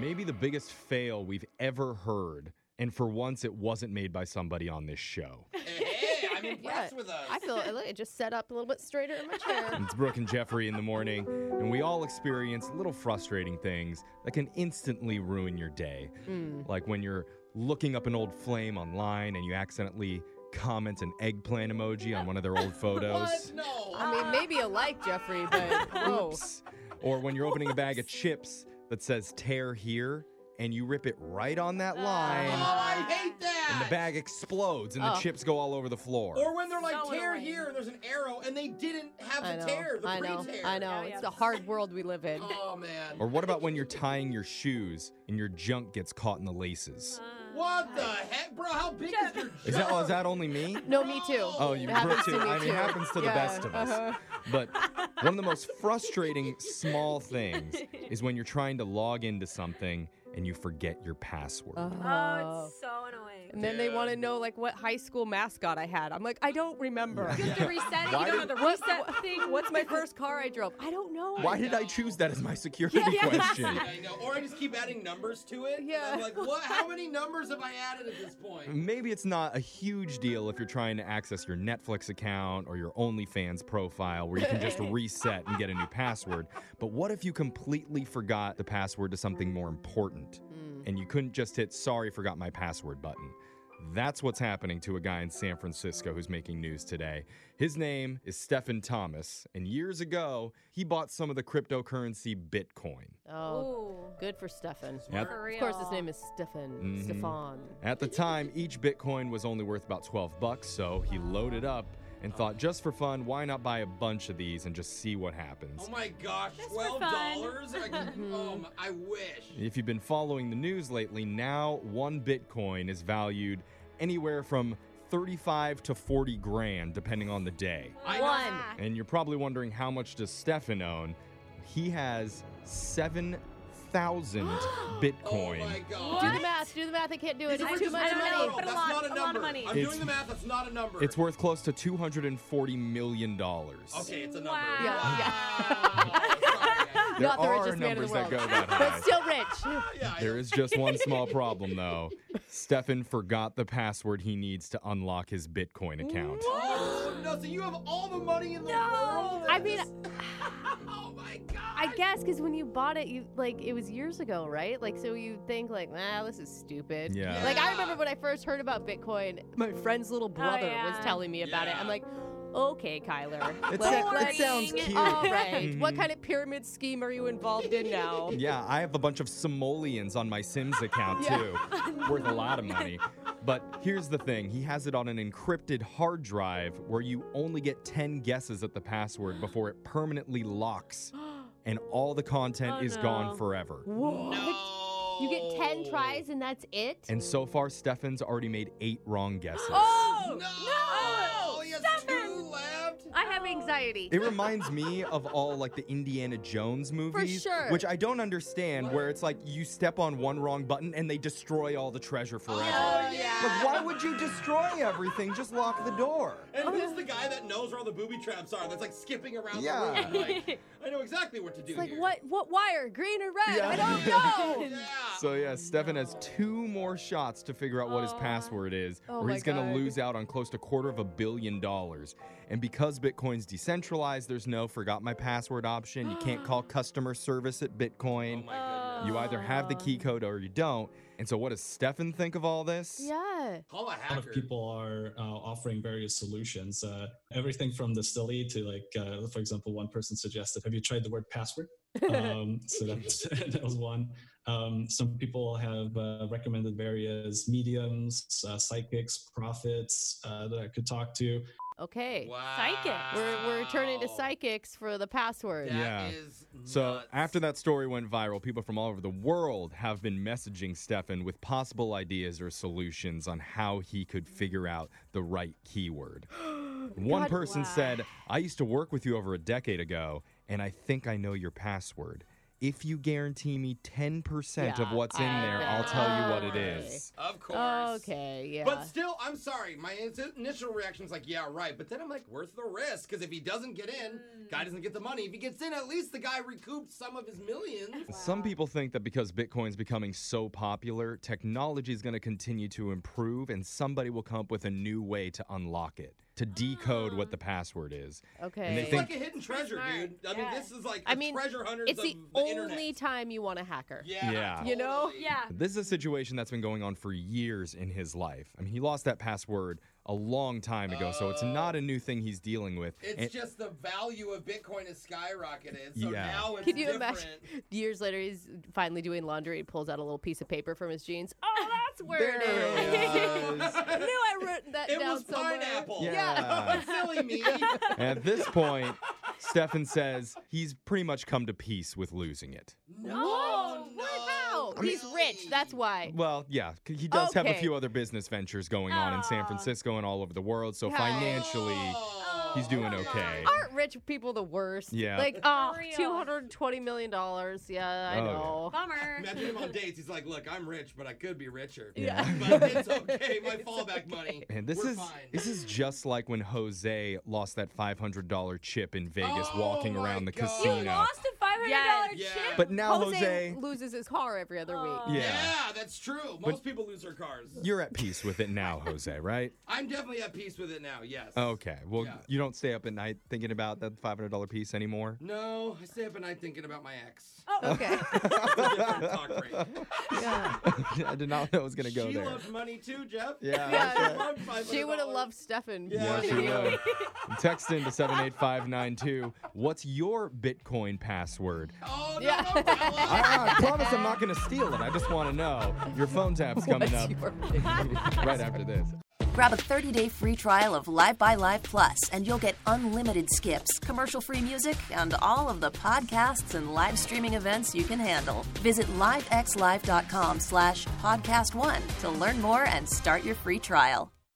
Maybe the biggest fail we've ever heard. And for once, it wasn't made by somebody on this show. Hey, I'm impressed with us. I feel look, it just set up a little bit straighter in my chair. It's Brooke and Jeffrey in the morning, and we all experience little frustrating things that can instantly ruin your day. Like when you're looking up an old flame online and you accidentally comment an eggplant emoji on one of their old photos. What? No. Oh, I mean, maybe you like Jeffrey, but whoa. Oops. Or when you're opening a bag of chips that says tear here and you rip it right on that oh, line. I hate that. and the bag explodes and the Oh. chips go all over the floor. Or when they're like, So tear annoying. here, and there's an arrow, and they didn't have I the know. tear, the I know. pre-tear. I know. Yeah, yeah. It's the hard world we live in. Oh, man. Or what about when you're tying your shoes and your junk gets caught in the laces? What the heck? Bro, how big is your Is that, oh, is that only me? No, me too. Oh, you It happens Brooke too. to me I mean, too. it happens to the Yeah, best of us. uh-huh. But one of the most frustrating small things is when you're trying to log into something and you forget your password. Uh-huh. Oh, Uh, it's so annoying. And then they want to know like what high school mascot I had. I'm like, I don't remember. You have to reset it. Why You don't did- have the What's reset thing. What's my first car I drove? I don't know. Why did I choose that as my security yeah. question? I know. Or I just keep adding numbers to it. and Yeah. I'm like, what? How many numbers have I added at this point? Maybe it's not a huge deal if you're trying to access your Netflix account or your OnlyFans profile where you can just reset and get a new password. But what if you completely forgot the password to something more important and you couldn't just hit sorry, forgot my password button? That's what's happening to a guy in San Francisco who's making news today. His name is Stephen Thomas, and years ago, he bought some of the cryptocurrency Bitcoin. Oh, Ooh. good for Stefan. At- For Of real. course, his name is Stefan. Mm-hmm. Stefan. At the time, each Bitcoin was only worth about 12 bucks, so he loaded up and thought, just for fun, why not buy a bunch of these and just see what happens? Oh my gosh, Just for twelve fun. dollars! I Mm-hmm. can, oh, my- I wish. If you've been following the news lately, now one Bitcoin is valued anywhere from 35 to 40 grand, depending on the day. I One. And you're probably wondering how much does Stefan own? He has 7,000 Oh Bitcoin. my What? Do god. the math. Do the math. I can't do it. These are It's too just much I don't know, general. money. but a That's lot- not a a lot of number. money. I'm It's- doing the math. That's not a number. It's worth close to 240 million dollars. Okay, it's a number. Wow. Wow. There Not the are richest man in the numbers that go world. that high. But still rich. Sorry. Yeah, I There know. is just one small problem, though. Stefan forgot the password he needs to unlock his Bitcoin account. Oh no! So you have all the money in the world. I mean, oh my god. I guess because when you bought it, you like it was years ago, right? Like, so you think like, nah, this is stupid. Yeah. Like I Yeah. remember when I first heard about Bitcoin, my friend's little brother yeah. was telling me about it. Oh, Yeah. I'm like, okay, Kyler. It, Like, sou- it like, sounds Boring. cute. All right. Mhm. What kind of pyramid scheme are you involved in now? Mm-hmm. Yeah, I have a bunch of simoleons on my Sims account, too. Worth a lot of money. But here's the thing he has it on an encrypted hard drive where you only get 10 guesses at the password before it permanently locks and all the content Oh, is no. gone forever. No. You get ten tries and that's it. And so far, Stefan's already made eight wrong guesses. No. Oh, no! He has Stefan! two left. Oh, I have anxiety. It reminds me of all like the Indiana Jones movies, sure. which I don't understand. Where it's like you step on one wrong button and they destroy all the treasure forever. Oh, yeah. Like, why would you destroy everything? Just lock the door. And who's the guy that knows where all the booby traps are? That's like skipping around Yeah. the room. Like, I know exactly what to do. It's like here. what? What wire? Green or red? Yeah. I don't know. Yeah. So yeah, Stefan has two more shots to figure out what his password is, Oh or my he's gonna God. lose out on close to quarter of a billion dollars. And because Bitcoin's decentralized, there's no forgot my password option. You can't call customer service at Bitcoin. oh my Uh, goodness. You either have the Oh. key code or you don't. And so, what does Stefan think of all this? yeah. Call a A lot hacker. of people are uh, offering various solutions, uh, everything from the silly to like, uh, for example, one person suggested, "Have you tried the word password?" um, so that's, that was one. Um, some people have uh, recommended various mediums, uh, psychics, prophets uh, that I could talk to. Okay. Wow. Psychic. We're we're turning to psychics for the password. That Yeah. is So, nuts. after that story went viral, people from all over the world have been messaging Stefan with possible ideas or solutions on how he could figure out the right keyword. One God, person wow. said, I used to work with you over a decade ago, and I think I know your password. if you guarantee me 10% of Yeah, what's in I there, bet. I'll tell you what it Okay. is. Of course. Okay, yeah. But still, I'm sorry. My in- initial reaction is like, yeah, right. But then I'm like, worth the risk. Because if he doesn't get in, Mm. guy doesn't get the money. If he gets in, at least the guy recouped some of his millions. Some people think that because Bitcoin's becoming so popular, technology is going to continue to improve and somebody will come up with a new way to unlock it, to decode what the Ah. password is. okay. they It's think- like a hidden treasure, smart. dude. I mean, Yeah. this is like I the mean, treasure hunters it's of the, the internet. only time you want a hacker. Yeah. Yeah. You know? totally. Yeah. This is a situation that's been going on for years in his life. I mean, he lost that password a long time ago, so it's not a new thing he's dealing with. Oh. It's And- just the value of Bitcoin has skyrocketed. So Yeah. now it's Can you different. imagine? Years later, he's finally doing laundry. He pulls out a little piece of paper from his jeans. Oh, that's where There it is. it is. I knew I wrote that It down was somewhere. pineapple. Yeah. Silly me. At this point, Stefan says he's pretty much come to peace with losing it. no. Oh, no, what? How? He's really. rich. That's Eh. why. Well, yeah, c- he does have a Okay. few other business ventures going on in Ah. San Aw. Francisco and all over the world, so Guys. financially, Oh, he's doing come on. okay. Aren't rich people the worst? Yeah. Like, For oh, real. $220 million. Yeah, I Oh, yeah. know. Bummer. Imagine him on dates. He's like, "Look, I'm rich, but I could be richer. Yeah. but it's okay. My It's fallback money. man, this We're is fine. this is just like when Jose lost that $500 chip in Vegas Oh walking my around the God. casino. You lost a five hundred dollar Yes. chip. Oh. But now Jose, loses his car every other Aw. week. Yeah. yeah. that's true. Most people lose their cars. you're at peace with it now, Jose, right? I'm definitely at peace with it now. Yes. Oh, Okay. Well, Yeah. you don't stay up at night thinking about that $500 piece anymore. No, I stay up at night thinking about my ex. Oh, Okay. That's a different talk break. yeah. I did not know it was going to go she there. loved money too, Jeff. Yeah, that's She right. loved $500. She would have loved Stefan. Yeah, more Yeah, than she you. would. Text in to 78592. What's your Bitcoin password? Ah, Oh no, Yeah. no problem. I, I promise I'm not going to steal it. I just want to know. Your phone tap's coming What's up your- right after this. Grab a 30-day free trial of Live by Live Plus, and you'll get unlimited skips, commercial-free music, and all of the podcasts and live streaming events you can handle. Visit livexlive.com slash podcast one to learn more and start your free trial.